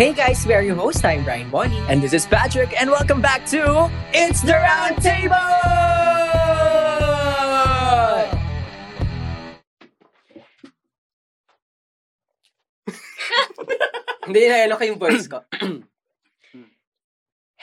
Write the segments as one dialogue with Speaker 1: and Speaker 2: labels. Speaker 1: Hey guys, we're your host. I'm Brian Bonnie. And this is Patrick. And welcome back to It's the Round Table! Hindi na ano kayong voice ko.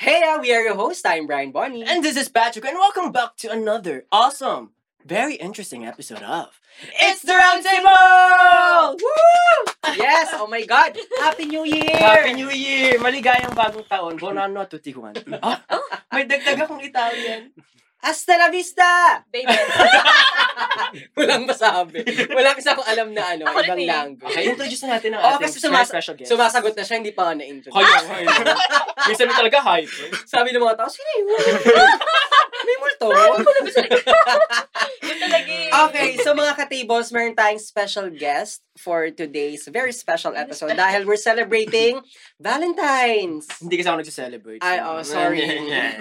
Speaker 1: hey, uh, we are your host. I'm Brian Bonnie. And this is Patrick. And welcome back to another awesome, very interesting episode of It's the Round Table! Woo! Yes, oh my God. Happy New Year!
Speaker 2: Happy New Year! Maligayang bagong taon. Bon anno a tutti quanti. Ah,
Speaker 1: Oh. May dagdag akong Italian. Hasta la vista!
Speaker 3: Baby.
Speaker 1: Walang masabi. Wala kasi akong alam na ano,
Speaker 3: Ako rin
Speaker 1: ibang
Speaker 3: eh.
Speaker 1: language.
Speaker 2: okay, introduce na natin ang
Speaker 1: Oh,
Speaker 2: ating
Speaker 1: kasi sumas-
Speaker 2: special guest.
Speaker 1: Sumasagot na siya, hindi pa nga na-introduce.
Speaker 2: Hayang, hayang. Minsan mo talaga hype. eh.
Speaker 1: Sabi ng mga tao, sino yun? May multo.
Speaker 3: Yun talaga eh.
Speaker 1: okay, so mga ka-tables, meron tayong special guest for today's very special episode dahil we're celebrating Valentine's.
Speaker 2: Hindi kasi ako nagse-celebrate.
Speaker 1: Ay, oh, sorry.
Speaker 2: Yan, yan.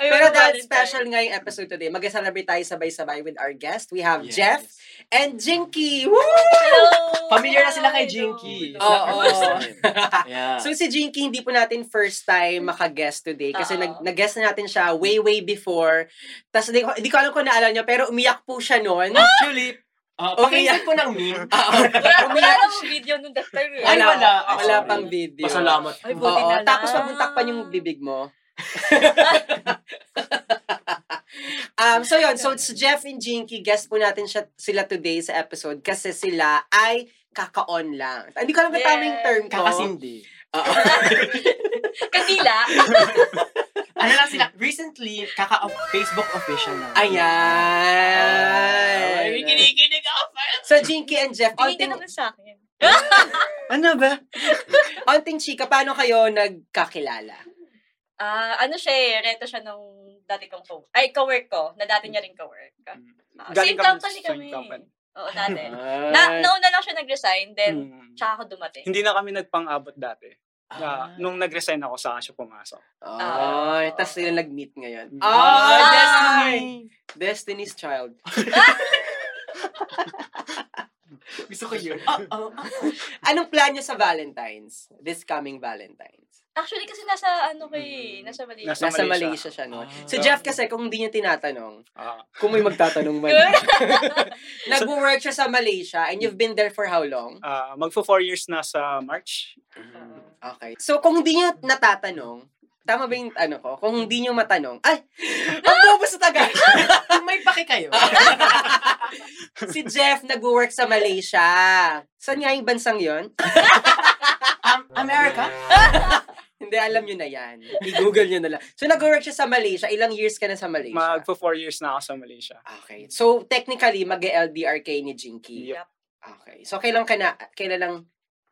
Speaker 3: Ayun,
Speaker 1: Pero dahil
Speaker 3: Valentine.
Speaker 1: special ngayong episode today, mag-celebrate tayo sabay-sabay with our guest. We have
Speaker 2: Yes.
Speaker 1: Jeff and Jinky. Woo!
Speaker 3: Hello!
Speaker 2: Familiar na sila kay
Speaker 3: Hello.
Speaker 2: Jinky.
Speaker 1: Oo.
Speaker 2: It's not her first time. Yeah.
Speaker 1: So si Jinky, hindi po natin first time makaguest today kasi
Speaker 3: Oo.
Speaker 1: nag- nag-guest na natin siya way, way before. Tapos hindi, ko- hindi ko alam kung naalala niyo, pero umiyak po siya noon.
Speaker 2: actually, uh,
Speaker 1: Okay. Ah,
Speaker 2: pakinggan po ng meme.
Speaker 1: Oo.
Speaker 3: Wala, wala
Speaker 1: Umiyak
Speaker 3: namang video nung that time eh.
Speaker 2: Ay,
Speaker 1: Wala,
Speaker 2: wala.
Speaker 1: wala,
Speaker 2: Actually,
Speaker 1: pang video.
Speaker 2: Pasalamat.
Speaker 3: Ay, buti
Speaker 1: Oo,
Speaker 3: na lang.
Speaker 1: tapos papuntakpan yung bibig mo. um, so yun, so it's Jeff and Jinky, guest po natin siya, sila today sa episode kasi sila ay kaka-on lang. Hindi ko alam kung tama yung term ko.
Speaker 2: Kakasindi.
Speaker 1: Oo.
Speaker 3: Kanila.
Speaker 2: Ano lang sila, recently, kaka-Facebook official na.
Speaker 1: Ayan.
Speaker 2: Ay, kinikinig ako pa.
Speaker 1: So Jinky and Jeff,
Speaker 3: Tingin ka
Speaker 1: onting,
Speaker 3: naman sa akin.
Speaker 2: Ano ba?
Speaker 1: onting chika, paano kayo nagkakilala?
Speaker 3: Ah, ano siya eh, reto siya nung dati kong co Ay, co-work ko. Na dati niya rin co-work. Ah,
Speaker 2: Mm.
Speaker 4: Galing
Speaker 3: same company
Speaker 4: sa
Speaker 3: kami.
Speaker 4: same company.
Speaker 3: Oo, dati.
Speaker 1: Ay.
Speaker 3: Na, nauna lang siya nag-resign, then
Speaker 4: Mm.
Speaker 3: tsaka ako dumating.
Speaker 4: Hindi na kami nagpang-abot dati.
Speaker 1: Ah.
Speaker 4: Na, nung nag-resign ako, saka siya pumasok.
Speaker 1: Ay, tas sila nag-meet ngayon.
Speaker 4: Ah,
Speaker 1: Ah,
Speaker 3: Destiny!
Speaker 1: Destiny! Destiny's Child.
Speaker 2: Gusto ko yun. Ah, ah, ah.
Speaker 1: Anong plan niyo sa Valentine's? This coming Valentine's.
Speaker 3: Actually, kasi nasa ano ko eh,
Speaker 2: Mm.
Speaker 3: nasa Malaysia.
Speaker 4: Nasa-
Speaker 1: Nasa Malaysia,
Speaker 4: Malaysia.
Speaker 1: siya noon.
Speaker 2: Ah.
Speaker 1: si Jeff kasi, kung hindi niya tinatanong,
Speaker 4: Ah,
Speaker 1: kung may magtatanong man,
Speaker 3: Good.
Speaker 1: nag-work siya sa Malaysia and you've been there for how long?
Speaker 4: ah, magfo four years na sa March.
Speaker 1: Okay. So, kung hindi niyo natatanong, tama ba yung ano ko? Kung hindi niyo matanong, ay, ang bobo sa Tagalog.
Speaker 2: May paki kayo.
Speaker 1: si Jeff nag-work sa Malaysia. Saan nga yung bansang yon?
Speaker 2: Am- Um, America?
Speaker 1: Ah! Hindi, alam nyo na yan. I-google nyo na lang. So, nag-work siya sa Malaysia. Ilang years ka na sa Malaysia?
Speaker 4: Magfo four years na ako sa Malaysia.
Speaker 1: Okay. So, technically, mag-LDR kay ni Jinky.
Speaker 3: Yup.
Speaker 1: Okay. So, kailan ka na, kailan lang,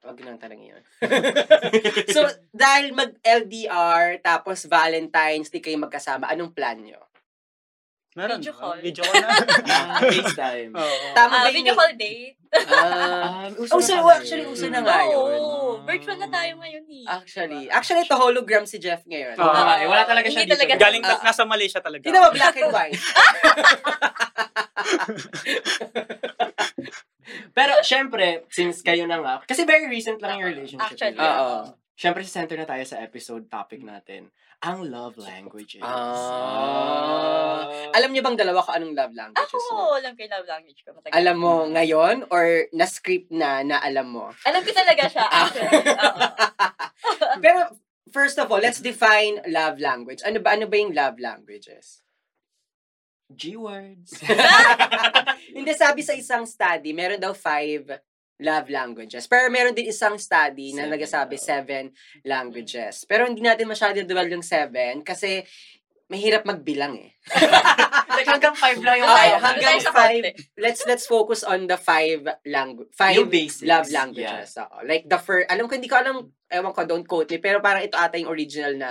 Speaker 1: wag nang tanong yun. so, dahil mag-LDR, tapos Valentine's, di kayo magkasama, anong plan nyo?
Speaker 4: Meron.
Speaker 3: Video
Speaker 4: ah,
Speaker 3: call.
Speaker 4: Video call na.
Speaker 2: Ah, FaceTime.
Speaker 4: Oo.
Speaker 1: Tama
Speaker 3: Ah,
Speaker 1: ba
Speaker 3: video
Speaker 1: yun?
Speaker 3: call date.
Speaker 1: Ah,
Speaker 2: uso
Speaker 1: uso-
Speaker 2: pala
Speaker 1: actually,
Speaker 2: yun.
Speaker 1: uso na nga. yun.
Speaker 3: Oo, virtual na tayo ngayon eh.
Speaker 1: actually, actually, ito hologram si Jeff ngayon.
Speaker 2: Oo nga eh, wala talaga siya
Speaker 3: Hindi
Speaker 2: dito.
Speaker 3: talaga.
Speaker 4: Galing
Speaker 1: Ah.
Speaker 4: na, nasa Malaysia talaga.
Speaker 1: Hindi naman black and white.
Speaker 2: Pero, syempre, since kayo na nga, kasi very recent lang yung relationship.
Speaker 3: Actually,
Speaker 2: niyo.
Speaker 1: Oo.
Speaker 2: Syempre, sa center na tayo sa episode topic natin, ang love languages.
Speaker 1: Ah. Alam nyo bang dalawa ko anong love languages mo?
Speaker 3: Ako, alam ko yung love language ko. Matagal.
Speaker 1: Alam mo ngayon or na-script na na alam mo?
Speaker 3: Alam ko talaga siya,
Speaker 1: Ah.
Speaker 3: actually. Oo.
Speaker 1: Pero first of all, let's define love language. Ano ba ano ba yung love languages?
Speaker 2: G-words.
Speaker 1: Hindi sabi sa isang study, meron daw five love languages. Pero meron din isang study na
Speaker 2: Seven Mm.
Speaker 1: nagsasabi
Speaker 2: daw.
Speaker 1: seven languages. Pero hindi natin masyado dual yung seven kasi mahirap magbilang eh.
Speaker 2: like, hanggang five lang yung
Speaker 1: Ah,
Speaker 2: kaya. ko.
Speaker 1: hanggang
Speaker 3: Tayo sa
Speaker 1: five.
Speaker 3: konti.
Speaker 1: Let's let's focus on the five langu- five
Speaker 2: Yung basics,
Speaker 1: love languages. Oo. Like the first, alam ko hindi ko alam, ewan ko, don't quote me, pero parang ito ata yung original na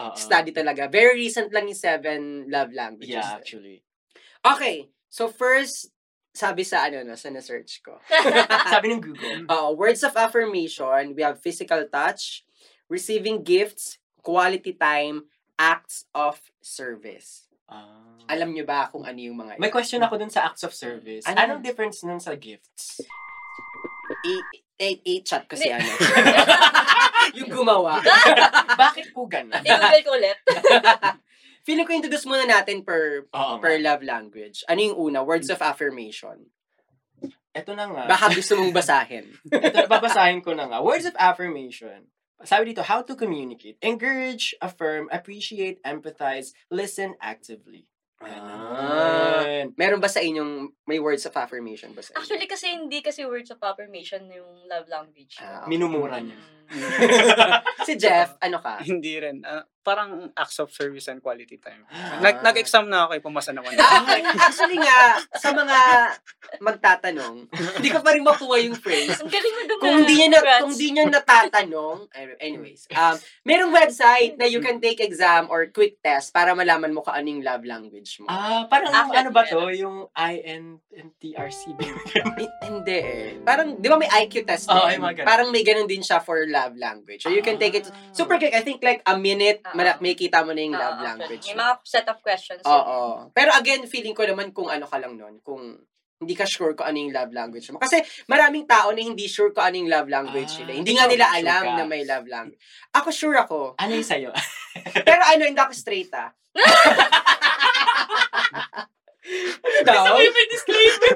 Speaker 2: Oo.
Speaker 1: study talaga. Very recent lang yung seven love languages.
Speaker 2: Yeah, actually.
Speaker 1: Okay. So first, sabi sa ano na, sa na-search ko.
Speaker 2: Sabi ng Google.
Speaker 1: Uh, words of affirmation, we have physical touch, receiving gifts, quality time, acts of service.
Speaker 2: Ah.
Speaker 1: Alam nyo ba kung ano yung mga
Speaker 2: May question ako dun sa acts of service.
Speaker 1: Ano?
Speaker 2: Anong difference nun sa gifts?
Speaker 1: I- chat kasi
Speaker 3: Hindi.
Speaker 1: ano. yung gumawa. Bakit po ganun?
Speaker 3: I-google ko ulit.
Speaker 1: Feeling ko introduce muna natin per
Speaker 2: Oo.
Speaker 1: per love language. Ano yung una? Words of affirmation.
Speaker 2: Ito na nga.
Speaker 1: Baka gusto mong basahin.
Speaker 2: Ito, babasahin ko na nga. Words of affirmation. Sabi dito, how to communicate. Encourage, affirm, appreciate, empathize, listen actively.
Speaker 1: Ah.
Speaker 2: Ayan.
Speaker 1: Meron ba sa inyong may words of affirmation ba sa inyo?
Speaker 3: Actually, kasi hindi kasi words of affirmation yung love language.
Speaker 1: Ah, okay.
Speaker 2: Minumura niya.
Speaker 1: si Jeff, ano ka?
Speaker 4: Hindi rin. Ah, parang acts of service and quality time.
Speaker 1: Ah.
Speaker 4: Nag- nag-exam na ako, eh, pumasa naman ako.
Speaker 1: Ah, okay. Actually nga, sa mga magtatanong, hindi ka pa rin makuha yung phrase.
Speaker 3: Mm. Ang galing mo doon.
Speaker 1: Kung di niya na, kung di niya natatanong, anyways, um, merong website na you can take exam or quick test para malaman mo kung anong love language mo.
Speaker 2: Ah, parang yung
Speaker 3: Affect
Speaker 2: ano ba to? Yung INTRC.
Speaker 1: Eh, Hindi eh. Parang, di ba may IQ test
Speaker 2: Oo,
Speaker 1: din?
Speaker 2: ay, mga ganun.
Speaker 1: Parang may ganun din siya for love language. So you can take it super quick. I think like a minute,
Speaker 3: Oo.
Speaker 1: mala- may kita mo na yung love language.
Speaker 3: May
Speaker 1: mo.
Speaker 3: mga set of questions.
Speaker 1: Oo. Pero again, feeling ko naman kung ano ka lang nun, kung hindi ka sure kung ano yung love language mo. Kasi maraming tao na hindi sure kung ano yung love language
Speaker 2: Ah,
Speaker 1: nila. Hindi nga
Speaker 2: ikaw,
Speaker 1: nila
Speaker 2: sure
Speaker 1: alam
Speaker 2: ka.
Speaker 1: na may love language. Ako sure ako.
Speaker 2: Ano yung sa'yo?
Speaker 1: Pero ano, hindi ako straight ah.
Speaker 2: Gusto
Speaker 1: Daw?
Speaker 2: ko yung may disclaimer.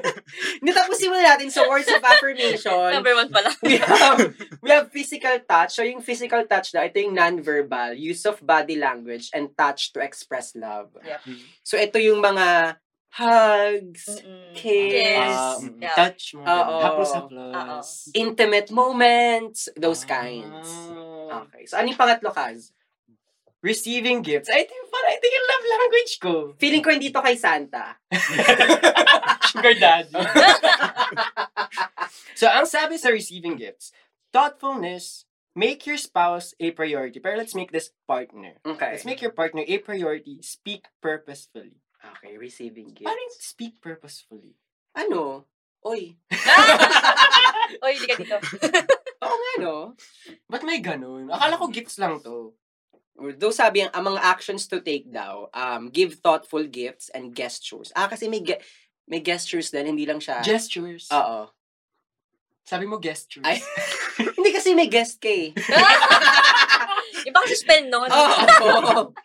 Speaker 1: Nitapusin muna natin sa words of affirmation.
Speaker 3: Number one pala.
Speaker 1: we have we have physical touch. So yung physical touch na ito yung non-verbal use of body language and touch to express love.
Speaker 3: Yep.
Speaker 1: So ito yung mga hugs,
Speaker 3: Mm-mm.
Speaker 1: Kiss.
Speaker 2: Ah,
Speaker 3: Kiss.
Speaker 2: mm,
Speaker 3: Yeah.
Speaker 2: Touch mo.
Speaker 1: Oo.
Speaker 3: Oo.
Speaker 2: Haplos-haplos.
Speaker 1: intimate moments, those kinds.
Speaker 2: Ah.
Speaker 1: Okay. So ano yung pangatlo, Kaz?
Speaker 2: Receiving gifts. I think, parang, I think yung love language ko.
Speaker 1: Feeling ko hindi to kay Santa.
Speaker 2: Sugar daddy. so, ang sabi sa receiving gifts, thoughtfulness, make your spouse a priority. Pero let's make this partner.
Speaker 1: Okay.
Speaker 2: Let's make your partner a priority. Speak purposefully.
Speaker 1: Okay, receiving gift.
Speaker 2: Parang speak purposefully.
Speaker 1: Ano? Oy.
Speaker 3: Oy, hindi ka dito.
Speaker 1: Oo nga, no?
Speaker 2: Ba't may ganun? Akala ko gifts lang to.
Speaker 1: Though sabi ang among actions to take daw, um, give thoughtful gifts and gestures. Ah, kasi may, ge- may gestures din, hindi lang siya.
Speaker 2: Gestures.
Speaker 1: Oo.
Speaker 2: Sabi mo gestures.
Speaker 1: Ah. Ay. Hindi kasi may guest ka eh.
Speaker 3: Ah! Iba kasi spell nun.
Speaker 1: Oo.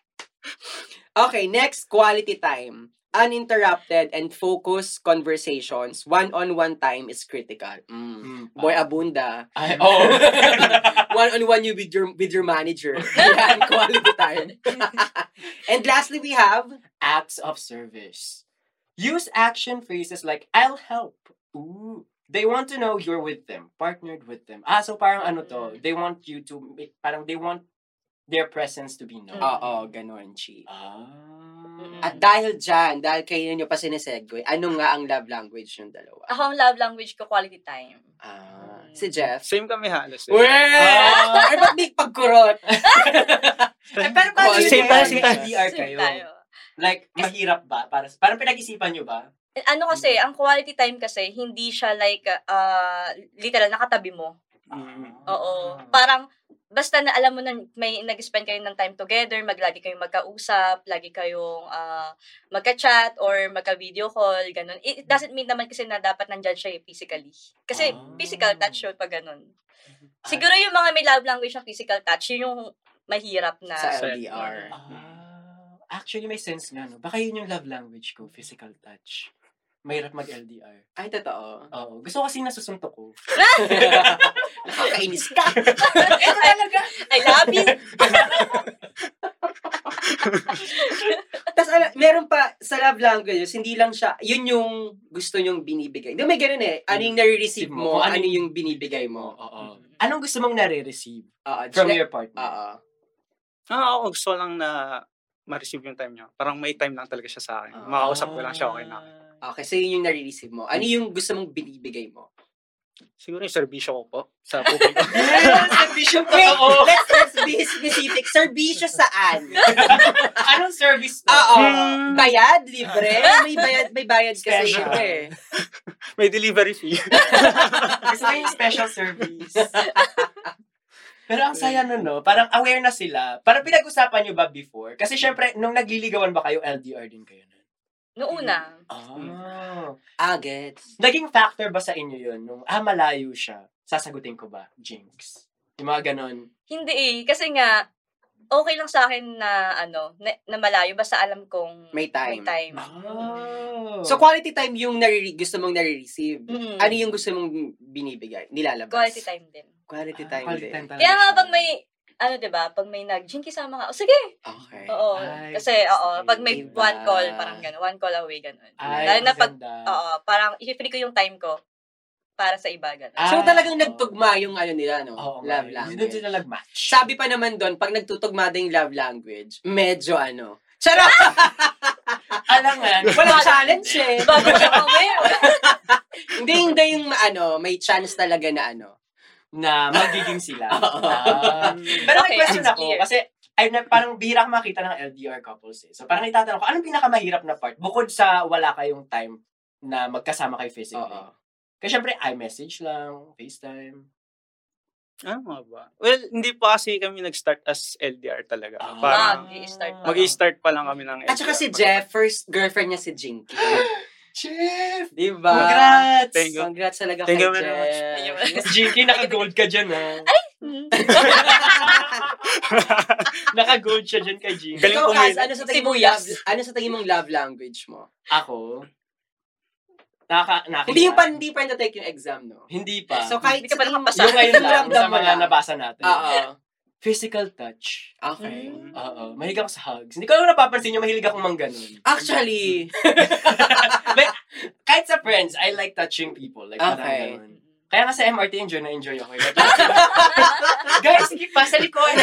Speaker 1: okay, next, quality time. Uninterrupted and focused conversations, one-on-one time is critical. Mm.
Speaker 2: Mm,
Speaker 1: Boy
Speaker 2: ah.
Speaker 1: abunda.
Speaker 2: Ay, oh. oo.
Speaker 1: One-on-one you with your with your manager. Yan, quality time. and lastly, we have
Speaker 2: acts of service. Use action phrases like I'll help. Ooh. They want to know you're with them, partnered with them. Ah, so parang ano
Speaker 3: Mm.
Speaker 2: to, they want you to make, parang they want their presence to be known.
Speaker 3: Mm.
Speaker 1: Oo, ganon, Chi.
Speaker 2: Ah.
Speaker 1: At dahil dyan, dahil kayo nyo pa sinesegue, ano nga ang love language ng dalawa?
Speaker 3: Ako ang love language ko, quality time.
Speaker 1: Ah, si Jeff.
Speaker 4: Same kami halos.
Speaker 1: Uwe!
Speaker 4: Eh.
Speaker 2: Ah.
Speaker 1: Ay, ba't di pagkurot?
Speaker 2: Eh, pero paano
Speaker 1: Quality
Speaker 2: yun? Same, parang
Speaker 1: time.
Speaker 2: same HDR
Speaker 3: Same
Speaker 2: kayo.
Speaker 3: tayo.
Speaker 2: Like, mahirap ba? Parang, parang pinag-isipan nyo ba?
Speaker 3: Eh, Ano kasi, ang quality time kasi, hindi siya like, uh, literal, nakatabi mo.
Speaker 4: Mm.
Speaker 2: Ah.
Speaker 3: Oo. Parang, basta na alam mo na may nag-spend kayo ng time together, maglagi kayong magkausap, lagi kayong ah, magka-chat or magka-video call, ganun. It it doesn't mean naman kasi na dapat nandyan siya eh, physically. Kasi
Speaker 2: Ah.
Speaker 3: physical touch yun pag ganun. Siguro yung mga may love language ng physical touch, yun yung mahirap na.
Speaker 1: Sa
Speaker 4: Sa-
Speaker 1: LDR.
Speaker 2: Ah, actually, may sense nga, no? Baka yun yung love language ko, physical touch. Mahirap mag-LDR.
Speaker 1: Ay, totoo.
Speaker 2: Oo. Gusto ko kasi nasusuntok ko.
Speaker 3: Mm.
Speaker 1: Nakakainis ka.
Speaker 3: I love you.
Speaker 1: Tapos, ala, meron pa sa love languages, hindi lang siya, yun yung gusto nyong binibigay. Hindi, may ganun eh. Ano yung nare-receive
Speaker 2: Receive mo,
Speaker 1: mo,
Speaker 2: kung
Speaker 1: ano
Speaker 2: ano
Speaker 1: yung binibigay
Speaker 2: Oo.
Speaker 1: mo.
Speaker 2: Anong gusto mong nare-receive
Speaker 1: Oo,
Speaker 2: from
Speaker 1: Jeff-
Speaker 2: your partner?
Speaker 1: Oo.
Speaker 4: Ah, ako gusto lang na ma-receive yung time niya. Parang may time lang talaga siya sa akin. Makausap ko lang siya, okay
Speaker 2: Ah.
Speaker 4: na. ako.
Speaker 1: Okay, so yun yung nare-receive mo. Ano yung gusto mong binibigay mo?
Speaker 4: Siguro yung serbisyo ko po sa publiko.
Speaker 2: Yes! Ambition ko
Speaker 1: Wait,
Speaker 2: to!
Speaker 1: let's, let's be specific. Servisyo saan?
Speaker 2: Anong service to?
Speaker 1: Oo.
Speaker 4: Hmm.
Speaker 1: Bayad? Libre? May bayad, may bayad kasi
Speaker 2: Special.
Speaker 1: libre eh.
Speaker 4: may delivery fee.
Speaker 2: Gusto ko yung special service. Pero ang saya nun, no? Parang aware na sila. Parang pinag-usapan nyo ba before? Kasi syempre, nung nagliligawan ba kayo, LDR din kayo nun?
Speaker 3: Noong una,
Speaker 2: Oh.
Speaker 1: Ah, gets.
Speaker 2: Naging factor ba sa inyo yun? Nung, ah, malayo siya. sasagutin ko ba, Jinx? Yung mga ganon.
Speaker 3: Hindi eh. Kasi nga, okay lang sa akin na ano, na, na malayo. Basta alam kong
Speaker 1: May time.
Speaker 2: Oh.
Speaker 1: So, quality time yung nariri- gusto mong nare-receive.
Speaker 3: Mm.
Speaker 1: Ano yung gusto mong binibigay, nilalabas?
Speaker 3: Quality time din.
Speaker 1: Quality time.
Speaker 2: Ah, Quality
Speaker 1: din.
Speaker 2: time talaga
Speaker 3: Kaya nga
Speaker 2: siya.
Speaker 3: pag may, ano 'di ba pag may nag-gin kisama ka, oh, sige,
Speaker 1: Okay.
Speaker 3: oo.
Speaker 2: Eh, Ay, diba?
Speaker 3: kasi, oo, pag may
Speaker 1: iba.
Speaker 3: one call, parang gano'n, one call away, gano'n.
Speaker 2: Ay,
Speaker 3: Lalo na
Speaker 2: ang
Speaker 3: pag,
Speaker 2: ganda.
Speaker 3: oo, parang, i-free ko yung time ko para sa iba, gano'n.
Speaker 2: Ah,
Speaker 1: So, talagang
Speaker 2: oo.
Speaker 1: nagtugma yung ano nila, no?
Speaker 2: Oo,
Speaker 1: love
Speaker 2: nga, eh. Yun
Speaker 1: language.
Speaker 2: doon na nag-match.
Speaker 1: Sabi pa naman doon, pag nagtutugma din yung love language, medyo ano. Charot!
Speaker 3: Ah!
Speaker 2: alangan.
Speaker 1: Walang challenge eh.
Speaker 3: Bago siya kami,
Speaker 1: hindi, hindi yung ano, may chance talaga na ano.
Speaker 2: Na magiging sila.
Speaker 1: Oo.
Speaker 2: Ah. Pero may
Speaker 3: Okay,
Speaker 2: question
Speaker 3: it's
Speaker 2: ako.
Speaker 3: clear.
Speaker 2: Kasi, ay, na, parang bihira akong makita ng LDR couples eh. So, parang itatanong ko, anong pinakamahirap na part? Bukod sa wala kayong time na magkasama kayo physically.
Speaker 1: Oo.
Speaker 2: Kasi syempre, iMessage lang, FaceTime.
Speaker 4: Ano nga ba? Well, hindi pa kasi kami nag-start as LDR talaga.
Speaker 2: Ah.
Speaker 4: Parang,
Speaker 3: Mag- i-start pa.
Speaker 4: mag-i-start pa lang kami ng LDR.
Speaker 1: At saka si Jeff, first girlfriend niya si Jinky.
Speaker 2: Chef!
Speaker 1: Di ba?
Speaker 2: Congrats!
Speaker 4: Thank you.
Speaker 1: Congrats talaga
Speaker 4: Thank
Speaker 1: kay
Speaker 4: you very
Speaker 3: Thank
Speaker 4: much.
Speaker 3: you
Speaker 1: Jeff.
Speaker 3: very
Speaker 2: Miss JK, naka-gold ka dyan ah.
Speaker 3: Hmm.
Speaker 2: Naka-gold siya dyan kay JK.
Speaker 4: Galing
Speaker 1: Ikaw, Kaz,
Speaker 4: kumain.
Speaker 1: ano sa tingin mong
Speaker 3: Sibuyas.
Speaker 1: love, ano sa tingin mong love language mo?
Speaker 2: Ako, naka, naka
Speaker 1: Hindi yung pa, hindi pa na-take yung exam, no?
Speaker 2: Hindi pa.
Speaker 1: So, kahit
Speaker 3: Hindi ka pa
Speaker 1: tingin-
Speaker 3: nakapasa.
Speaker 2: yung ngayon lang,
Speaker 1: ramdam
Speaker 2: sa
Speaker 1: mo
Speaker 2: mga
Speaker 1: lang.
Speaker 2: nabasa natin.
Speaker 1: Oo.
Speaker 2: Physical touch.
Speaker 1: Okay.
Speaker 4: Hmm.
Speaker 3: Mm.
Speaker 2: Oo. Mahilig ako sa hugs. Hindi ko alam kung napapansin nyo, mahilig ako mang ganun.
Speaker 1: Actually,
Speaker 2: Kahit sa friends, I like touching people. Like, parang
Speaker 1: Okay.
Speaker 2: ganun. Kaya nga sa MRT, enjoy na enjoy ako. Like, Guys, sige pa, sa likod.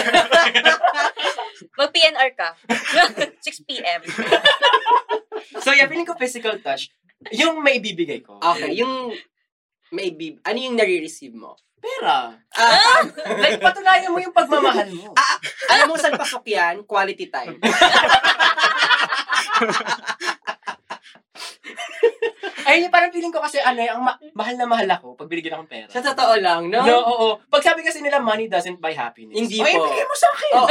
Speaker 3: Mag-PNR ka. 6 p.m.
Speaker 2: so, yeah, feeling ko physical touch, yung may bibigay ko.
Speaker 1: okay, yung maybe, ano yung nare-receive mo?
Speaker 2: Pera.
Speaker 1: Ah,
Speaker 2: Like, patunayan mo yung pagmamahal mo.
Speaker 1: alam mo saan pasok yan? Quality time.
Speaker 2: Ay, parang feeling ko kasi, ano, eh, ang ma- mahal na mahal ako pag binigyan akong pera.
Speaker 1: Sa totoo lang, no?
Speaker 2: No, oo. Pag sabi kasi nila, money doesn't buy happiness.
Speaker 1: Hindi
Speaker 2: Ay,
Speaker 1: po.
Speaker 2: bigay mo sa akin.
Speaker 1: Oo.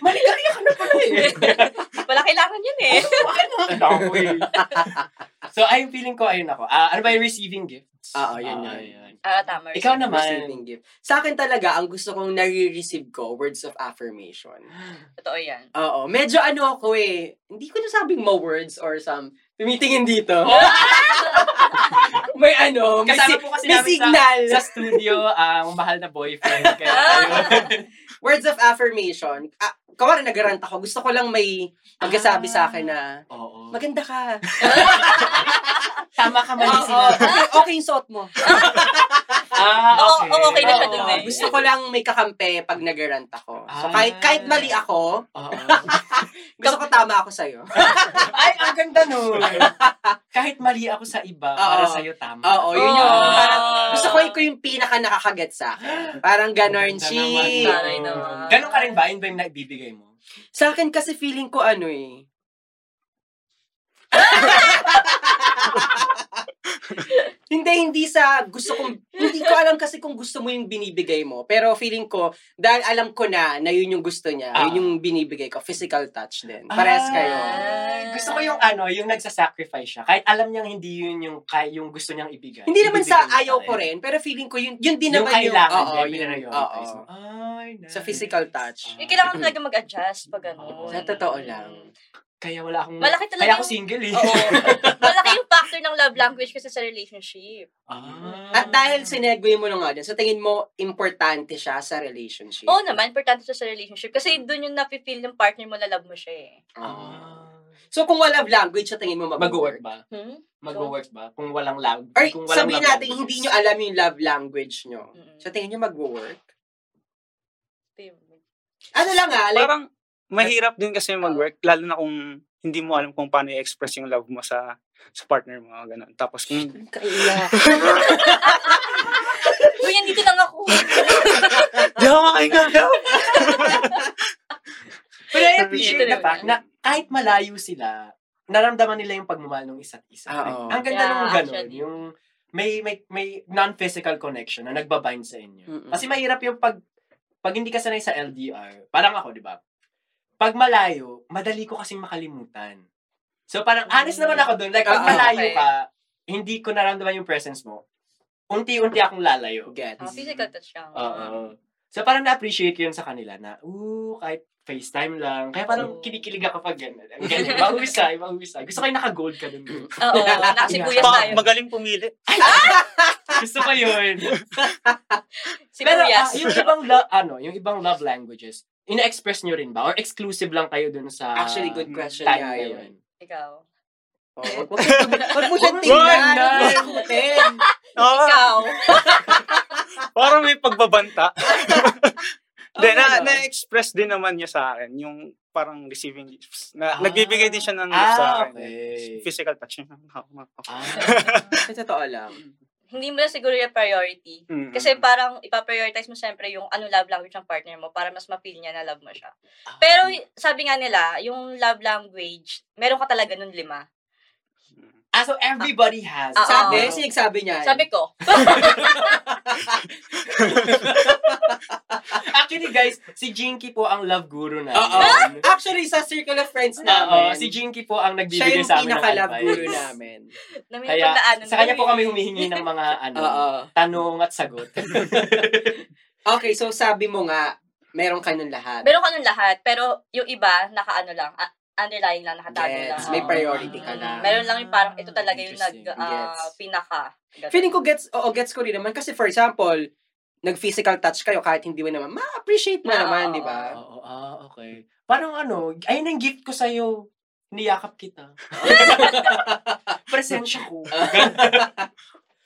Speaker 2: Maligaya ka na pala eh. Ano
Speaker 3: Wala kailangan yun eh.
Speaker 2: so, ayun feeling ko, ayun ako. Ah, ano ba yung receiving gifts?
Speaker 1: Oo, yun
Speaker 2: Ah,
Speaker 1: yun.
Speaker 3: Ah, tama.
Speaker 2: Ikaw
Speaker 3: Rizky.
Speaker 2: naman.
Speaker 1: Receiving gift. Sa akin talaga, ang gusto kong nare-receive ko, words of affirmation.
Speaker 3: Totoo yan.
Speaker 1: Oo. Medyo ano ako eh. Hindi ko nasabing mo words or some tumitingin dito. may ano, may, si-
Speaker 2: Kasama po kasi
Speaker 1: may
Speaker 2: namin sa-
Speaker 1: signal.
Speaker 2: Sa studio, ah, ang mahal na boyfriend. Kaya, ayun.
Speaker 1: Words of affirmation. Ah, kawari nagarant ako. Gusto ko lang may magkasabi sa akin na,
Speaker 2: Oo.
Speaker 1: maganda ka.
Speaker 2: Tama ka man.
Speaker 1: Oo, okay, okay yung suot mo.
Speaker 2: Ah, okay.
Speaker 3: Oo, okay na siya
Speaker 1: Oo,
Speaker 3: dun eh.
Speaker 1: gusto ko lang may kakampi pag nagarant ako. So
Speaker 2: Ah.
Speaker 1: kahit, kahit mali ako,
Speaker 2: Oo.
Speaker 1: gusto ko tama ako sa'yo.
Speaker 2: Ay, ang ganda nun. Kahit mali ako sa iba, para
Speaker 1: Oo.
Speaker 2: sa'yo tama.
Speaker 1: Oo, yun yun.
Speaker 3: Oh.
Speaker 1: Parang, gusto ko yung, ko yung pinaka nakakagat sa akin. Parang ganon,
Speaker 2: Ganda
Speaker 1: chi.
Speaker 2: naman.
Speaker 3: Taray naman.
Speaker 2: Ganon ka rin ba? Yun ba yung nagbibigay mo?
Speaker 1: Sa akin kasi feeling ko ano eh. hindi, hindi sa gusto kong, hindi ko alam kasi kung gusto mo yung binibigay mo. Pero feeling ko, dahil alam ko na na yun yung gusto niya,
Speaker 2: Ah.
Speaker 1: yun yung binibigay ko, physical touch din. Parehas kayo.
Speaker 2: Ay, Gusto ko yung ano, yung nagsasacrifice siya. Kahit alam niyang hindi yun yung, kay, yung gusto niyang ibigay.
Speaker 1: Hindi naman sa
Speaker 2: Ibibigay niya
Speaker 1: ayaw
Speaker 2: pa
Speaker 1: ko rin, pero feeling ko yun, yun din
Speaker 2: Yung
Speaker 1: naman yung,
Speaker 2: kailangan
Speaker 1: oo,
Speaker 2: niya,
Speaker 1: yun,
Speaker 2: pinarioritize
Speaker 1: oo.
Speaker 2: mo. Ay, nice.
Speaker 1: Sa physical touch.
Speaker 3: Eh, kailangan talaga mag-adjust pag ano.
Speaker 1: Sa totoo lang.
Speaker 2: Kaya wala akong...
Speaker 3: Malaki talaga
Speaker 2: Kaya ako
Speaker 3: yung-
Speaker 2: single eh.
Speaker 3: Oo. Malaki yung factor ng love language kasi sa relationship.
Speaker 2: Ah.
Speaker 1: At dahil sinegue mo na nga dyan, sa tingin mo, importante siya sa relationship.
Speaker 3: Oo naman, importante siya sa relationship. Kasi doon yung napipil ng partner mo na love mo siya eh.
Speaker 1: Ah.
Speaker 2: Ah.
Speaker 1: So kung wala language, sa tingin mo mag-work?
Speaker 2: Mag-work ba?
Speaker 3: Hmm?
Speaker 2: Mag-work ba? Kung walang love.
Speaker 1: Or
Speaker 2: kung walang
Speaker 1: sabihin
Speaker 2: love
Speaker 1: natin,
Speaker 2: language.
Speaker 1: hindi nyo alam yung love language nyo.
Speaker 3: Mm-mm.
Speaker 1: Sa tingin nyo mag-work?
Speaker 3: Ito yun.
Speaker 1: Ano lang ah, like,
Speaker 4: Parang mahirap din kasi mag-work, lalo na kung hindi mo alam kung paano i-express yung love mo sa sa partner mo, ganun. Tapos kung
Speaker 1: kaiyak.
Speaker 3: Uy, yan dito lang ako.
Speaker 4: Jawa kayo nga, Jawa!
Speaker 2: Pero I appreciate
Speaker 3: Ito
Speaker 2: the fact na
Speaker 4: Ah,
Speaker 2: kahit malayo sila, naramdaman nila yung pagmamahal ng isa't isa. eh."
Speaker 1: Ah, Oo.
Speaker 2: Ang ganda
Speaker 3: Yeah,
Speaker 2: nung ganun.
Speaker 3: actually.
Speaker 2: Yung may, may, may non-physical connection na nagbabind sa inyo.
Speaker 1: Mm-mm.
Speaker 2: Kasi mahirap yung pag, pag hindi ka sanay sa LDR, parang ako, di ba? Pag malayo, madali ko kasing makalimutan. So parang honest naman ako doon. Like, pag
Speaker 1: Oo.
Speaker 2: malayo
Speaker 3: Mm. Okay.
Speaker 2: ka, hindi ko naramdaman yung presence mo. unti-unti akong lalayo.
Speaker 1: Gets.
Speaker 3: Ah, physical touch lang.
Speaker 2: Oo. So parang na-appreciate ko yun sa kanila na, ooh, kahit FaceTime lang. Kaya parang
Speaker 1: Mm.
Speaker 3: Oo.
Speaker 2: kinikilig ako pag gano'n. Ang galing, mahusay, mahusay. Gusto ko yung naka-gold ka dun.
Speaker 1: Mm.
Speaker 2: bro.
Speaker 3: Oo, nakasibuyas
Speaker 4: Pa-
Speaker 3: tayo.
Speaker 4: magaling pumili.
Speaker 2: Gusto ko yun. Pero ah,
Speaker 3: Sibuyas.
Speaker 2: yung ibang lo- ano, yung ibang love languages, ina-express nyo rin ba? Or exclusive lang kayo dun sa
Speaker 1: Actually, good question.
Speaker 2: time
Speaker 1: Yeah,
Speaker 2: na
Speaker 1: yeah.
Speaker 2: Ah, yun?
Speaker 3: Ikaw.
Speaker 1: Oh, wag, wag, wag, wag mo siyang tingnan. Wag mo siyang kutin.
Speaker 4: Ah,
Speaker 3: Ikaw.
Speaker 4: parang may pagbabanta.
Speaker 1: Oh,
Speaker 4: Hindi,
Speaker 2: Oo,
Speaker 4: na,
Speaker 2: ano?
Speaker 4: na-express din naman niya sa akin. Yung parang receiving gifts. Na,
Speaker 2: Ah.
Speaker 4: Nagbibigay din siya ng gifts sa
Speaker 2: Ah,
Speaker 4: akin.
Speaker 2: okay.
Speaker 4: Physical touch. Yung-
Speaker 2: Ah,
Speaker 1: Sa totoo lang.
Speaker 3: Hindi mo lang siguro yung priority.
Speaker 4: Mm.
Speaker 3: Kasi parang ipaprioritize mo siyempre yung ano love language ng partner mo para mas ma-feel niya na love mo siya. Pero y- sabi nga nila, yung love language, meron ka talaga nun lima.
Speaker 2: ah, so everybody has.
Speaker 3: Ah,
Speaker 1: Sabi,
Speaker 3: oo.
Speaker 1: sinigsabi niya.
Speaker 3: Sabi ko,
Speaker 2: Actually, guys, si Jinky po ang love guru namin.
Speaker 1: Oo. Actually, sa circle of friends
Speaker 2: Oo,
Speaker 1: namin,
Speaker 2: Ah, oh, si Jinky po ang
Speaker 1: siya
Speaker 2: nagbibigay
Speaker 1: yung
Speaker 2: sa amin ng
Speaker 1: pinaka-love
Speaker 2: advice.
Speaker 1: guru namin.
Speaker 3: namin
Speaker 2: Kaya,
Speaker 3: yung pagdaanan.
Speaker 2: sa kanya
Speaker 3: ko
Speaker 2: po
Speaker 3: eh.
Speaker 2: kami humihingi ng mga ano,
Speaker 1: Oo.
Speaker 2: tanong at sagot.
Speaker 1: Okay, so sabi mo nga, meron ka nun lahat.
Speaker 3: Meron ka nun lahat, pero yung iba, naka ano lang, ah, underlying lang, nakatago lang.
Speaker 1: Gets. May
Speaker 3: Oo.
Speaker 1: priority ka
Speaker 3: Mm,
Speaker 1: na.
Speaker 3: Meron lang yung parang ito talaga yung nag,
Speaker 2: Interesting.
Speaker 3: ah,
Speaker 1: Gets.
Speaker 3: pinaka. Ganun.
Speaker 1: Feeling ko gets, oo, gets ko rin naman. Kasi for example, nag-physical touch kayo kahit hindi mo naman, ma-appreciate mo
Speaker 3: Ah,
Speaker 1: naman,
Speaker 3: oo,
Speaker 1: di ba?
Speaker 2: Oo, ah, okay. Parang ano, ayun ang gift ko sa'yo. Niyakap kita. Presensya ko.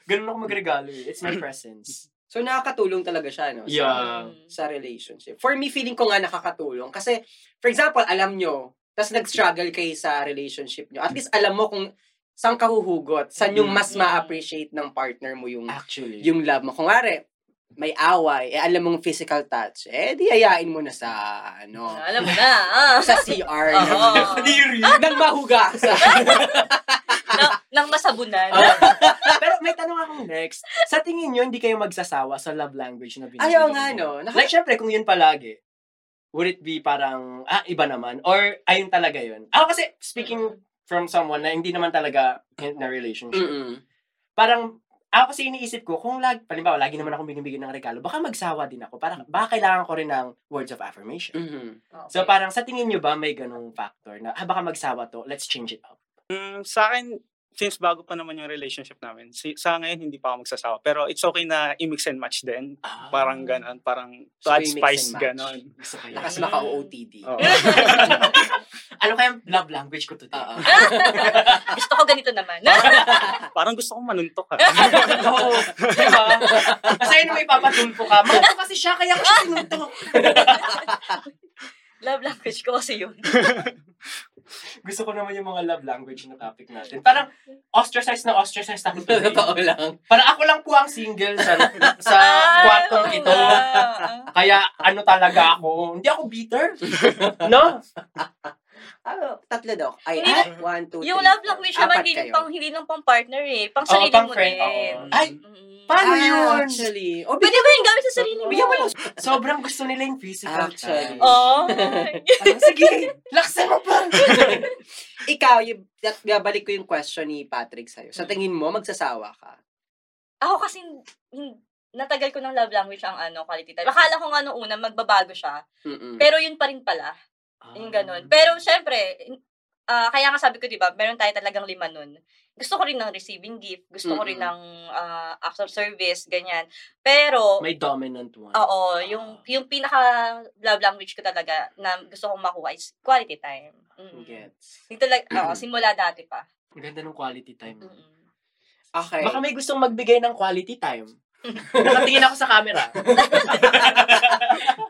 Speaker 2: Ganun ako magregalo eh. It's my presence.
Speaker 1: So nakakatulong talaga siya, no? sa-
Speaker 2: Yeah.
Speaker 3: Mm.
Speaker 1: Sa relationship. For me, feeling ko nga nakakatulong. Kasi, for example, alam nyo, tas nag-struggle kayo sa relationship nyo. At least alam mo kung saan ka huhugot, saan yung mas
Speaker 3: Mm.
Speaker 1: ma-appreciate ng partner mo yung
Speaker 2: Actually.
Speaker 1: Mm. yung love mo. Kung ngari, may away, eh alam mong physical touch, eh di ayain mo na sa, ano,
Speaker 3: Oh, Alam mo na. ah.
Speaker 1: sa CR.
Speaker 3: Oo.
Speaker 2: Kadiri.
Speaker 1: Nang mahuga sa...
Speaker 3: nang, nang masabunan.
Speaker 1: Oo.
Speaker 2: Pero may tanong akong next. Sa tingin nyo, hindi kayo magsasawa sa love language na binibigay
Speaker 1: Ayaw nga,
Speaker 2: mo?
Speaker 1: no? Naka-
Speaker 2: Like, syempre, kung yun palagi, would it be parang, ah, iba naman? Or, ayun talaga yun? Ako kasi, speaking from someone na hindi naman talaga in na relationship,
Speaker 1: Mm-mm.
Speaker 2: parang, ako kasi iniisip ko, kung lagi, palimbawa, lagi naman akong binibigyan ng regalo, baka magsawa din ako. Parang, baka kailangan ko rin ng words of affirmation.
Speaker 1: Mhm.
Speaker 3: Okay.
Speaker 2: So, parang, sa tingin nyo ba, may ganung factor na, ah, baka magsawa to, let's change it up.
Speaker 4: Mm, sa akin, since bago pa naman yung relationship namin, si, sa ngayon hindi pa ako magsasawa. Pero it's okay na i-mix and match din.
Speaker 2: Ah.
Speaker 4: Parang ganon, parang to
Speaker 1: So,
Speaker 4: add
Speaker 1: i-mix and
Speaker 4: spice,
Speaker 1: match.
Speaker 4: ganon.
Speaker 2: Gusto ko yun.
Speaker 1: Lakas maka OOTD.
Speaker 4: Oo.
Speaker 2: ano kaya love language ko today?
Speaker 1: Oo.
Speaker 3: Gusto ko ganito naman.
Speaker 4: parang gusto kong manuntok ha.
Speaker 2: Oo. Diba? Kasi yun may papatulpo ka. Mahal ko kasi siya, kaya ko siya tinutulpo.
Speaker 3: Love language ko kasi yun.
Speaker 2: Gusto ko naman yung mga love language na topic natin. Parang ostracized na ostracized ako today.
Speaker 1: Totoo lang.
Speaker 2: Parang ako lang po ang single sa, sa
Speaker 3: Ah,
Speaker 2: kwartong
Speaker 3: oo
Speaker 2: ito.
Speaker 3: nga.
Speaker 2: Kaya ano talaga ako, hindi ako bitter. No?
Speaker 1: Ano, tatlo daw. Ay,
Speaker 3: Hindi
Speaker 1: ay, one, two,
Speaker 3: Yung
Speaker 1: three,
Speaker 3: love
Speaker 1: four.
Speaker 3: language naman,
Speaker 1: Apat
Speaker 3: hindi lang
Speaker 1: kayo.
Speaker 3: pang, hindi lang pang partner eh. Pang
Speaker 2: Oo,
Speaker 3: sarili
Speaker 2: Oh, pang
Speaker 3: mo
Speaker 2: friend,
Speaker 3: din.
Speaker 2: oo. Ay,
Speaker 3: Mm.
Speaker 2: paano
Speaker 1: Ah,
Speaker 2: yun?
Speaker 1: Actually. O,
Speaker 3: Pwede ba yung gamit sa sarili mo?
Speaker 2: Bigyan mo lang. Sobrang gusto nila yung physical
Speaker 1: Actually.
Speaker 2: touch.
Speaker 3: Oo. Ano?
Speaker 2: Parang, sige, laksan mo pa.
Speaker 1: ikaw, yung, that- babalik ko yung question ni Patrick sa'yo. Sa tingin mo, magsasawa ka?
Speaker 3: Ako kasi, hin- natagal ko ng love language ang ano, quality time. Akala ko nga nung una, magbabago siya.
Speaker 2: Hmm.
Speaker 1: Mm-mm.
Speaker 3: Pero yun pa rin pala. Yung ganun. Pero syempre, ah, kaya nga sabi ko, di ba, meron tayo talagang lima nun. Gusto ko rin ng receiving gift. Gusto ko rin
Speaker 1: Mm-mm.
Speaker 3: ng ah, acts of service, ganyan. Pero,
Speaker 2: May dominant one.
Speaker 3: oo, yung, yung pinaka love language ko talaga na gusto kong makuha is quality time. Mm.
Speaker 2: Gets.
Speaker 3: Yung talaga, oo, simula dati pa.
Speaker 2: Ang ganda ng quality time.
Speaker 3: Mm.
Speaker 1: Okay.
Speaker 2: Baka may gustong magbigay ng quality time. Nakatingin ako sa camera.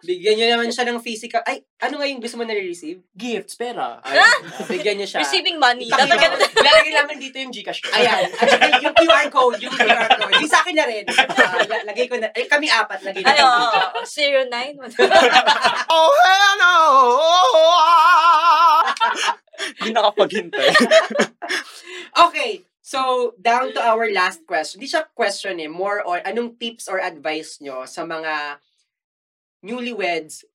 Speaker 1: Bigyan nyo naman siya ng physical. Ay, ano nga yung gusto mo na-receive?
Speaker 2: Gifts, pera.
Speaker 1: Ay,
Speaker 3: Ah!
Speaker 1: ah, bigyan nyo siya.
Speaker 3: Receiving money.
Speaker 1: Ipakita mo.
Speaker 3: Dapat ganun.
Speaker 2: Lalagay namin dito yung Gcash ko.
Speaker 1: Ayan. At saka yung QR code, yung QR code. Yung sa akin na rin. Ah, la- lagay ko na. Eh, kami apat. Lagay na.
Speaker 3: Ay, oo, oo, oo. Zero nine.
Speaker 4: oh, hell no! Hindi nakapaghintay.
Speaker 1: Okay. So, down to our last question. Di siya question eh. More on, anong tips or advice nyo sa mga newlyweds?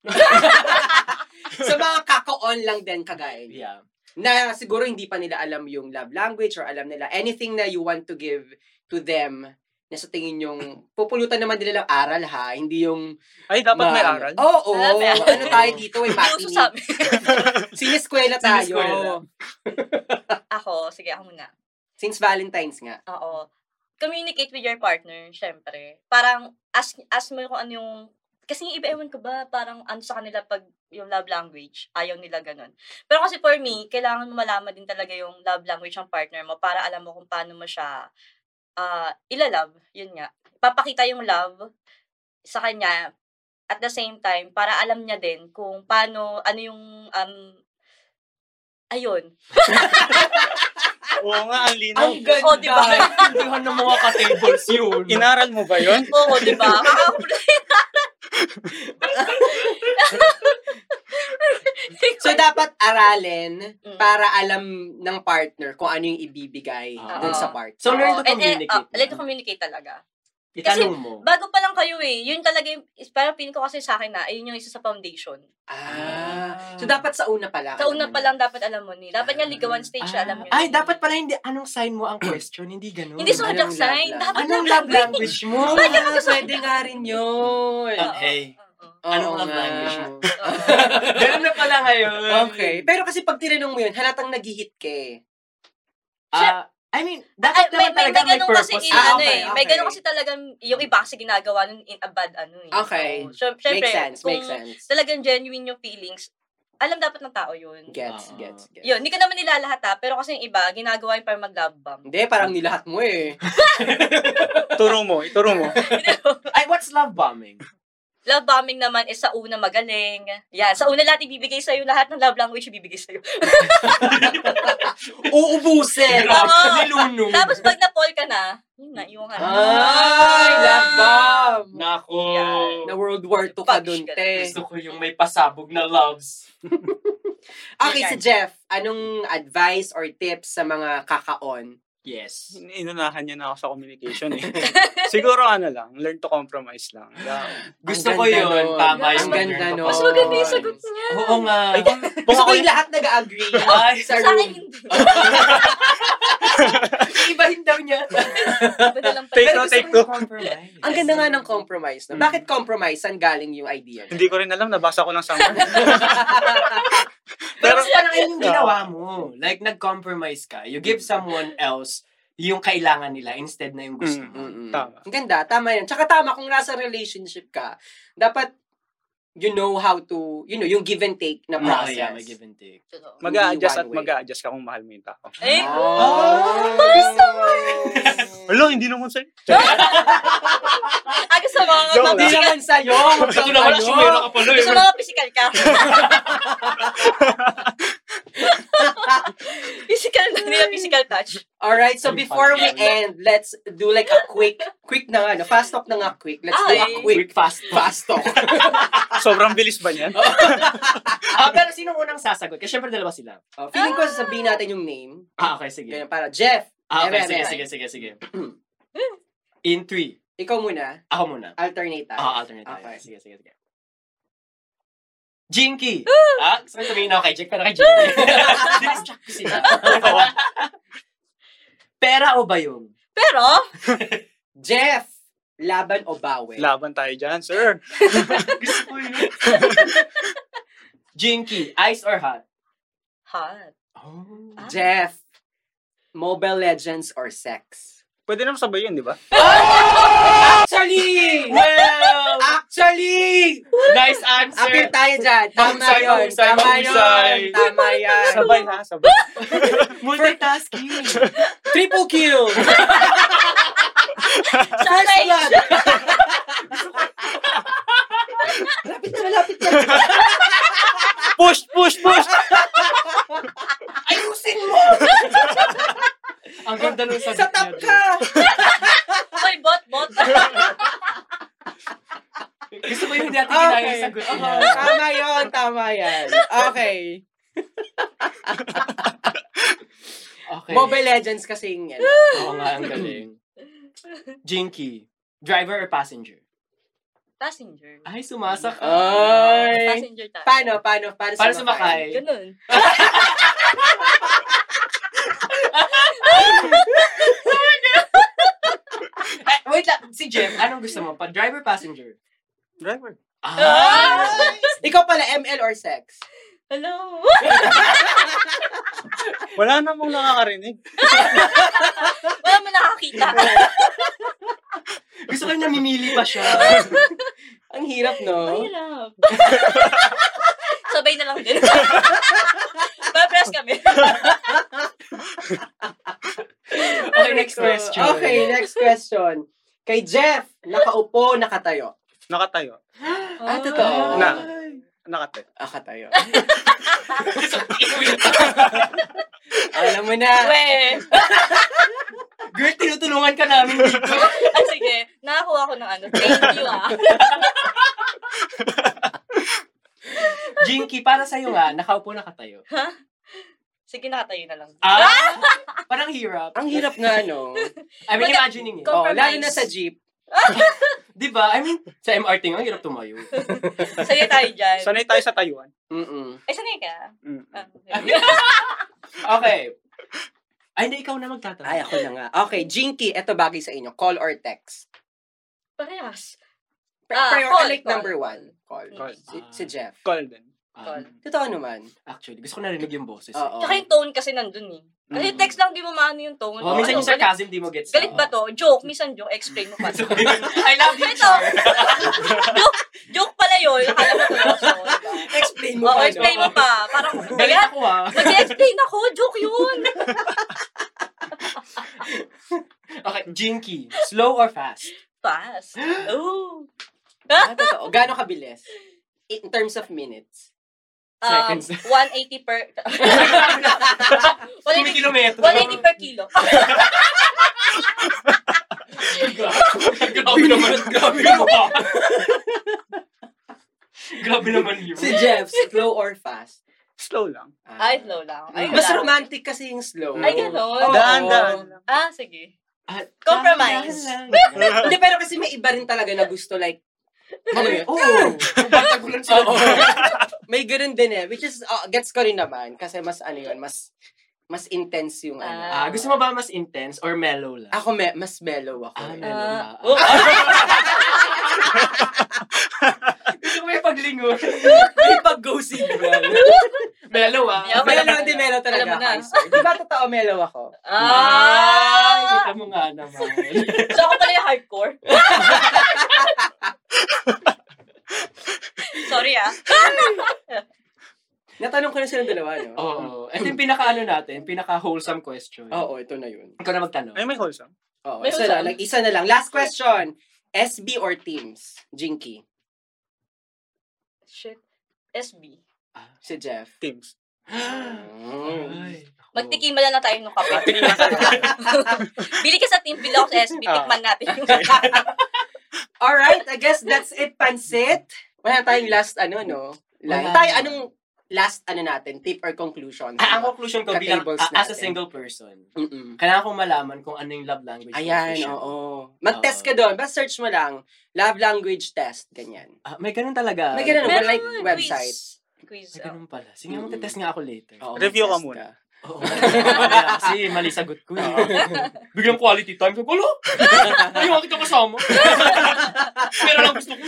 Speaker 1: sa mga kakaon lang din kagaya nyo.
Speaker 2: Yeah.
Speaker 1: Na siguro hindi pa nila alam yung love language or alam nila anything na you want to give to them na sa tingin yung pupulutan naman nila ng aral ha, hindi yung
Speaker 4: Ay, dapat may
Speaker 1: ma-
Speaker 4: aral.
Speaker 1: Oo, oo.
Speaker 3: Ah, may aral.
Speaker 1: ano tayo dito, eh,
Speaker 3: Puso sa
Speaker 1: makinig.
Speaker 3: amin.
Speaker 1: Sineskwela tayo.
Speaker 4: Sineskwela.
Speaker 3: ako, sige, ako muna.
Speaker 1: Since Valentine's nga.
Speaker 3: Oo. Communicate with your partner, syempre. Parang, ask, ask mo kung ano yung kasi yung iba, ewan ko ba, parang ano sa kanila pag yung love language, ayaw nila ganun. Pero kasi for me, kailangan mo malaman din talaga yung love language ng partner mo para alam mo kung paano mo siya ah ilalove. Yun nga. Papakita yung love sa kanya at the same time para alam niya din kung paano, ano yung, um, ayun,
Speaker 4: Oo nga, ang linaw.
Speaker 1: Ang ganda.
Speaker 3: Oh, diba?
Speaker 1: Intindihan ng mga ka-tables yun.
Speaker 4: Inaral mo ba yun?
Speaker 3: Oo, di ba?
Speaker 1: So, dapat aralin
Speaker 3: Mm.
Speaker 1: para alam ng partner kung ano yung ibibigay
Speaker 2: Ah.
Speaker 1: dun sa
Speaker 3: Oo.
Speaker 1: part.
Speaker 2: So, learn to
Speaker 3: Oo, and, eh,
Speaker 2: communicate.
Speaker 3: ah, learn to communicate talaga.
Speaker 1: Itanong mo.
Speaker 3: Bago pa lang kayo eh. Yun talaga yung, is- parang pin ko kasi sa akin na, ayun yung isa sa foundation.
Speaker 1: Ah. So, dapat sa una pala.
Speaker 3: Sa
Speaker 1: alam
Speaker 3: una
Speaker 1: mo
Speaker 3: pa
Speaker 1: na.
Speaker 3: lang dapat alam mo ni. Dapat nga ligawan stage siya,
Speaker 1: Ah.
Speaker 3: alam niyo.
Speaker 1: Ay, dapat pala hindi. Anong sign mo ang question? Hindi ganun.
Speaker 3: Hindi sumadya-
Speaker 1: Anong love
Speaker 3: sign.
Speaker 1: lang-
Speaker 3: Dapat
Speaker 1: Anong
Speaker 3: love
Speaker 1: love language mo? Ah, Pwede nga rin yun.
Speaker 3: Oo,
Speaker 2: Hey.
Speaker 3: oo, oo.
Speaker 2: Anong
Speaker 1: Oo
Speaker 2: love
Speaker 1: nga.
Speaker 2: language mo?
Speaker 3: Oo.
Speaker 2: Ganun na pala ngayon.
Speaker 1: Okay. Pero kasi pag tinanong mo yun, halatang nagihit ka eh.
Speaker 2: Ah, I mean,
Speaker 3: Ay,
Speaker 2: dapat naman
Speaker 3: may, may,
Speaker 2: talaga
Speaker 3: may
Speaker 2: may
Speaker 3: ganun kasi,
Speaker 2: purpose.
Speaker 3: eh,
Speaker 1: Ah,
Speaker 2: na-
Speaker 3: ano
Speaker 1: okay,
Speaker 3: eh. May
Speaker 1: okay.
Speaker 3: ganun kasi talagang, yung iba kasi ginagawa nun in a bad ano eh.
Speaker 1: Okay.
Speaker 3: So, syempre,
Speaker 1: Makes sense.
Speaker 3: kung
Speaker 1: Makes sense.
Speaker 3: talagang genuine yung feelings, alam dapat ng tao yun.
Speaker 1: Gets,
Speaker 2: Ah.
Speaker 1: gets, gets.
Speaker 3: Yun, hindi ko naman nilalahat ha, pero kasi yung iba, ginagawa yun para mag-love bomb.
Speaker 1: Hindi, parang nilahat mo eh.
Speaker 4: Turo mo, ituro mo.
Speaker 2: Ay, what's love bombing?
Speaker 3: Love bombing naman is sa una magaling. Yan, sa una lahat ibibigay sa'yo, lahat ng love language ibibigay sa'yo.
Speaker 1: Uubusin!
Speaker 3: Oo.
Speaker 1: Nilunod.
Speaker 3: Tapos pag na-fall ka na, yun ano. na, iwan ka na.
Speaker 4: Ah!
Speaker 1: Ay, love bomb!
Speaker 2: Nako.
Speaker 3: Yan.
Speaker 1: Na World War II ka
Speaker 3: Fuck
Speaker 1: dun,
Speaker 3: shit.
Speaker 1: te.
Speaker 2: Gusto ko yung may pasabog na loves.
Speaker 1: Okay, si Jeff, anong advice or tips sa mga kakaon?
Speaker 2: Yes.
Speaker 4: Inunahan niya na ako sa communication eh. Siguro ano lang, learn to compromise lang. Yeah.
Speaker 2: Gusto
Speaker 1: Ang
Speaker 2: ko
Speaker 1: ganda
Speaker 2: yun.
Speaker 1: nun.
Speaker 2: Tama
Speaker 3: Ang
Speaker 2: yung
Speaker 1: ganda
Speaker 2: learn to
Speaker 1: nun.
Speaker 3: Mas
Speaker 2: compromise.
Speaker 3: maganda yung sagot niya.
Speaker 2: Oo nga.
Speaker 4: Kung
Speaker 1: Gusto ko
Speaker 4: ako,
Speaker 1: yung lahat nag-agree
Speaker 2: Ay,
Speaker 1: sa
Speaker 3: Sa akin,
Speaker 1: room.
Speaker 3: hindi.
Speaker 1: Iibahin daw niya.
Speaker 3: Iba na lang
Speaker 4: Take
Speaker 3: pala.
Speaker 4: two,
Speaker 1: gusto
Speaker 4: take
Speaker 1: ko
Speaker 4: two.
Speaker 1: Ang ganda nga ng compromise. No?
Speaker 4: Mm.
Speaker 1: Bakit compromise? Saan galing yung idea?
Speaker 4: Hindi ko rin alam, nabasa ko lang somewhere.
Speaker 2: Pero
Speaker 4: Pero-
Speaker 2: parang yun yung ginawa mo. Like, nag-compromise ka. You give someone else yung kailangan nila instead na yung gusto mo.
Speaker 1: Mm-mm.
Speaker 4: Tama.
Speaker 1: Ang ganda, tama yan. Tsaka tama kung nasa relationship ka, dapat you know how to, you know, yung give and take na
Speaker 2: Oo,
Speaker 1: process.
Speaker 2: Ah, yeah, may give and take.
Speaker 4: Mag-a-adjust
Speaker 1: One
Speaker 4: at
Speaker 1: way.
Speaker 4: mag-a-adjust ka kung mahal mo yung tao.
Speaker 3: Eh,
Speaker 4: Ah.
Speaker 1: Oh.
Speaker 3: gusto mo.
Speaker 4: Hello, hindi naman sa'yo.
Speaker 3: Ako sa mga
Speaker 4: Joke
Speaker 1: Hindi
Speaker 4: lang.
Speaker 1: naman sa'yo. ano.
Speaker 2: Ito na wala, sumira ka pala. eh.
Speaker 3: Gusto mga physical ka. physical na nila, physical touch.
Speaker 1: Alright, so before we end, let's do like a quick, quick na nga, no? fast talk na nga quick. Let's do a
Speaker 3: Ay.
Speaker 1: quick, fast, fast talk.
Speaker 4: Sobrang bilis ba niyan?
Speaker 2: Ah, pero sino unang sasagot? Kasi syempre dalawa sila.
Speaker 1: Oh, feeling ko sasabihin natin yung name.
Speaker 2: Ah, okay, sige.
Speaker 1: Ganyan, para Jeff,
Speaker 2: Ah, okay,
Speaker 1: Ayan,
Speaker 2: sige,
Speaker 1: ayan.
Speaker 2: sige, sige, sige. In three.
Speaker 1: ikaw muna,
Speaker 2: Ako muna.
Speaker 1: alternate tayo.
Speaker 2: Ah, alternate tayo.
Speaker 1: Okay.
Speaker 2: Sige, sige, sige. Jinky! ah, gusto ko tumingin ako kay Jake, pero kay Jinky. Distract ko sila. Ano Pera o bayong?
Speaker 3: Pero,
Speaker 1: Jeff, laban o bawi?
Speaker 4: Laban tayo dyan, sir.
Speaker 2: Gusto ko yun. Jinky, ice or hot?
Speaker 3: hot.
Speaker 2: Oh.
Speaker 1: Jeff, Mobile Legends or sex?
Speaker 4: Pwede naman sabay yun, di ba?
Speaker 1: Actually!
Speaker 2: Well,
Speaker 1: Actually!
Speaker 2: nice
Speaker 1: Appeal
Speaker 2: answer.
Speaker 1: Ah, tayo dyan. Tama
Speaker 2: Mahusay,
Speaker 1: yun.
Speaker 2: mahusay,
Speaker 1: Tama
Speaker 2: mahusay.
Speaker 1: yun. Tama yan.
Speaker 4: Sabay ha, sabay.
Speaker 2: Multitasking.
Speaker 1: Triple kill! First
Speaker 3: Sabay.
Speaker 1: blood! Lapit na, lapit na.
Speaker 4: Push, push, push!
Speaker 1: Ayusin mo!
Speaker 2: Ang ganda nung sagot
Speaker 1: Sa top ka!
Speaker 3: Uy, bot, bot.
Speaker 2: Gusto ko yung hindi natin ginaya
Speaker 1: Okay. Uh-huh.
Speaker 2: yung sagot
Speaker 1: Oo,
Speaker 2: niya.
Speaker 1: Tama yun. Tama yan. Okay.
Speaker 2: Okay.
Speaker 1: Mobile Legends kasing ano.
Speaker 2: Oo nga, ang galing. Jinky, driver or passenger?
Speaker 3: Passenger.
Speaker 2: Ay, sumasa ka.
Speaker 1: Ay.
Speaker 3: Passenger tayo.
Speaker 1: Paano, paano, paano
Speaker 2: Para sumakay.
Speaker 3: Ganun.
Speaker 2: Ay, wait lang. Si Jeff, anong gusto mo? Pa driver passenger?
Speaker 4: Driver.
Speaker 2: Ah!
Speaker 1: Ikaw pala, ML or sex?
Speaker 3: Hello?
Speaker 4: Wala namang nakakarinig.
Speaker 3: Wala mo nakakita.
Speaker 2: gusto ko yung namimili pa siya.
Speaker 1: Ang hirap, no?
Speaker 3: Mahirap. Sabay na lang din. Papress kami.
Speaker 2: Okay, next question.
Speaker 1: Okay, next question. Kay Jeff, nakaupo, nakatayo.
Speaker 4: Nakatayo.
Speaker 1: Ah, totoo.
Speaker 4: Na. Nakatayo.
Speaker 1: Akatayo. Alam mo na.
Speaker 3: Weh.
Speaker 2: Girl, tinutulungan ka namin dito.
Speaker 3: Ah, sige. Nakakuha ko ng ano. Thank you, ah.
Speaker 2: Jinky, para sa'yo nga, nakaupo na ka tayo.
Speaker 3: Sige, nakatayo na lang.
Speaker 2: Ah! Parang hirap.
Speaker 1: Ang hirap nga, no?
Speaker 2: I mean,
Speaker 3: Wala-
Speaker 2: imagining it.
Speaker 3: Ko-
Speaker 1: Oh,
Speaker 3: Compromise.
Speaker 1: lalo na sa jeep.
Speaker 2: Di ba? I mean, sa MRT nga, ang hirap tumayo.
Speaker 3: Sanay tayo dyan.
Speaker 4: Sanay tayo sa tayuan.
Speaker 1: Mm-mm.
Speaker 3: Ay, sanay ka.
Speaker 4: Mm.
Speaker 3: Ah, okay.
Speaker 2: Okay. Ay, hindi, ikaw na magtatanong.
Speaker 1: Ay, ako na nga. Okay, Jinky, eto bagay sa inyo. Call or text?
Speaker 3: Parehas.
Speaker 1: Pre-
Speaker 3: Ah,
Speaker 1: prior-
Speaker 3: call,
Speaker 1: like
Speaker 3: call.
Speaker 1: number one. Call.
Speaker 4: Call.
Speaker 1: Si,
Speaker 3: Ah.
Speaker 1: si Jeff.
Speaker 4: Call din.
Speaker 2: Ah,
Speaker 1: Totoo naman.
Speaker 2: actually, gusto ko narinig yung boses.
Speaker 1: Oo.
Speaker 3: Tsaka yung tone kasi nandun eh.
Speaker 2: Mm.
Speaker 3: Kasi text lang, di mo maano yung tone.
Speaker 2: Oh, minsan yung
Speaker 3: Ano, galit-
Speaker 2: sarcasm di mo gets.
Speaker 3: Galit ba to? Joke. Minsan joke. Explain mo pa.
Speaker 2: I love you,
Speaker 3: Ito. joke, joke pala yun. Akala mo tulog ko.
Speaker 1: Explain
Speaker 3: Oo, explain mo pa. Parang,
Speaker 2: Galit
Speaker 3: kaya,
Speaker 2: ako ah.
Speaker 3: nag-explain ako. Joke yun.
Speaker 2: Okay, Jinky. Slow or fast?
Speaker 3: Fast. Ooh.
Speaker 1: Ah, totoo. Gano'ng kabilis? In terms of minutes.
Speaker 3: Um,
Speaker 2: Seconds.
Speaker 3: 180 per...
Speaker 2: 180
Speaker 3: 180,
Speaker 2: kilometro.
Speaker 3: 180 per kilo.
Speaker 2: Grabe naman. Grabe naman. Grabe naman yun.
Speaker 1: Si Jeff, slow or fast?
Speaker 4: Slow lang.
Speaker 1: Ah.
Speaker 3: Ay, slow lang. Ay,
Speaker 1: Mas
Speaker 3: wala.
Speaker 1: romantic kasi yung slow.
Speaker 3: Ay, ganun.
Speaker 1: Oo.
Speaker 4: Daan, daan.
Speaker 3: Ah, sige.
Speaker 2: At-
Speaker 3: Compromise.
Speaker 2: Dahan lang.
Speaker 1: Hindi, pero kasi may iba rin talaga na gusto like, alam mo yun?
Speaker 2: Oo. Batag ulan sa
Speaker 1: Oo. may ganun din eh. Which is, ah, gets ko rin naman. Kasi mas ano yun, mas mas intense yung ano.
Speaker 2: Ah, gusto mo ba mas intense or mellow lang?
Speaker 1: Ako, me- mas mellow ako.
Speaker 2: Ah,
Speaker 1: eh.
Speaker 2: mellow lang.
Speaker 3: Ah. Oh.
Speaker 2: Gusto ko may paglingon.
Speaker 1: May pag-go signal.
Speaker 2: mellow ah.
Speaker 3: Yeah, okay.
Speaker 1: mellow, hindi mellow talaga.
Speaker 3: Alam mo na.
Speaker 1: ako, sir. Di ba totoo mellow ako?
Speaker 2: Ay, Ah!
Speaker 3: Ah!
Speaker 2: kita mo nga naman.
Speaker 3: So, ako pala yung hardcore. Sorry ah.
Speaker 1: Natanong ko na silang dalawa, no?
Speaker 2: Oo. Ito yung pinaka ano natin, pinaka wholesome question.
Speaker 1: Oo, ito na yun.
Speaker 2: Ikaw na magtanong.
Speaker 4: Ay, may wholesome.
Speaker 1: Oo,
Speaker 3: May
Speaker 1: isa na
Speaker 3: usap.
Speaker 1: lang. Isa na lang. Last question. SB or Teams? Jinky.
Speaker 3: Shit. SB.
Speaker 1: Si Jeff.
Speaker 4: Teams.
Speaker 1: Mm.
Speaker 2: Ay.
Speaker 3: Magtikiman na lang tayo ng kape.
Speaker 4: Tingnan sa
Speaker 3: Bili ka sa Team Bilog sa SB.
Speaker 4: Ah.
Speaker 3: Tikman natin yung...
Speaker 1: Alright, I guess that's it, Pansit. Wala tayong last ano, no? Line.
Speaker 2: Wala.
Speaker 1: Tayo, anong last ano natin? Tip or conclusion?
Speaker 2: Ah, ang conclusion ko bilang
Speaker 1: Ka-tables
Speaker 2: ah, as a
Speaker 1: natin.
Speaker 2: single person,
Speaker 1: Mm-mm.
Speaker 2: kailangan kong malaman kung ano yung love language. ko
Speaker 1: Ayan,
Speaker 2: official.
Speaker 1: oo. Mag-test ka doon. Basta search mo lang, love language test, ganyan.
Speaker 2: Ah, may ganun talaga.
Speaker 1: May ganun,
Speaker 3: Meron,
Speaker 1: like
Speaker 3: quiz.
Speaker 1: website.
Speaker 3: Quiz.
Speaker 2: May
Speaker 3: oh.
Speaker 2: Ah, ganun pala. Sige,
Speaker 1: Mm-mm.
Speaker 2: magte-test nga ako later.
Speaker 1: Oo,
Speaker 4: Review ka
Speaker 1: mag-test
Speaker 4: muna.
Speaker 2: Oo. Kaya Kasi mali sagot ko eh. Biglang quality time. Sabi ko, "Alo, Ayaw kita kasama. Pero lang gusto ko.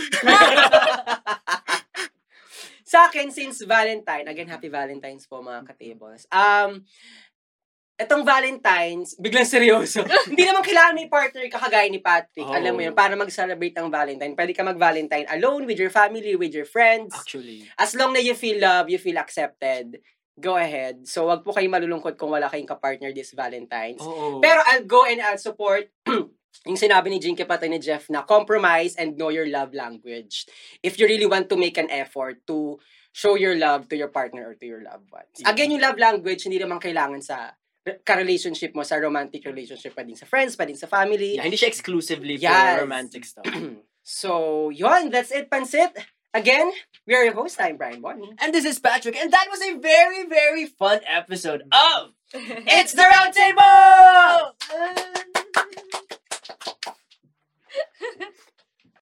Speaker 1: Sa akin, since Valentine, again, happy Valentine's po mga ka-tables. Um, etong Valentine's, biglang seryoso. Hindi naman kailangan may partner ka kagaya ni Patrick.
Speaker 2: Oo.
Speaker 1: Alam mo yun, para mag-celebrate ng Valentine. Pwede ka mag-Valentine alone, with your family, with your friends.
Speaker 2: Actually.
Speaker 1: As long na you feel love, you feel accepted, go ahead. So, wag po kayong malulungkot kung wala kayong kapartner this Valentine's.
Speaker 2: Oo.
Speaker 1: Pero I'll go and I'll support yung sinabi ni Jinky pati ni Jeff na compromise and know your love language. If you really want to make an effort to show your love to your partner or to your loved ones.
Speaker 2: Yeah.
Speaker 1: Again, yung love language, hindi naman kailangan sa re- ka-relationship mo, sa romantic relationship, pwedeng sa friends, pwedeng sa family.
Speaker 2: Yeah, hindi siya exclusively
Speaker 1: Yes.
Speaker 2: for romantic stuff.
Speaker 1: So, yun, that's it, Pansit. Again, we are your host, I'm Brian Bonnie.
Speaker 2: And this is Patrick, and that was a very, very fun episode of
Speaker 3: Oh.
Speaker 2: It's the Roundtable!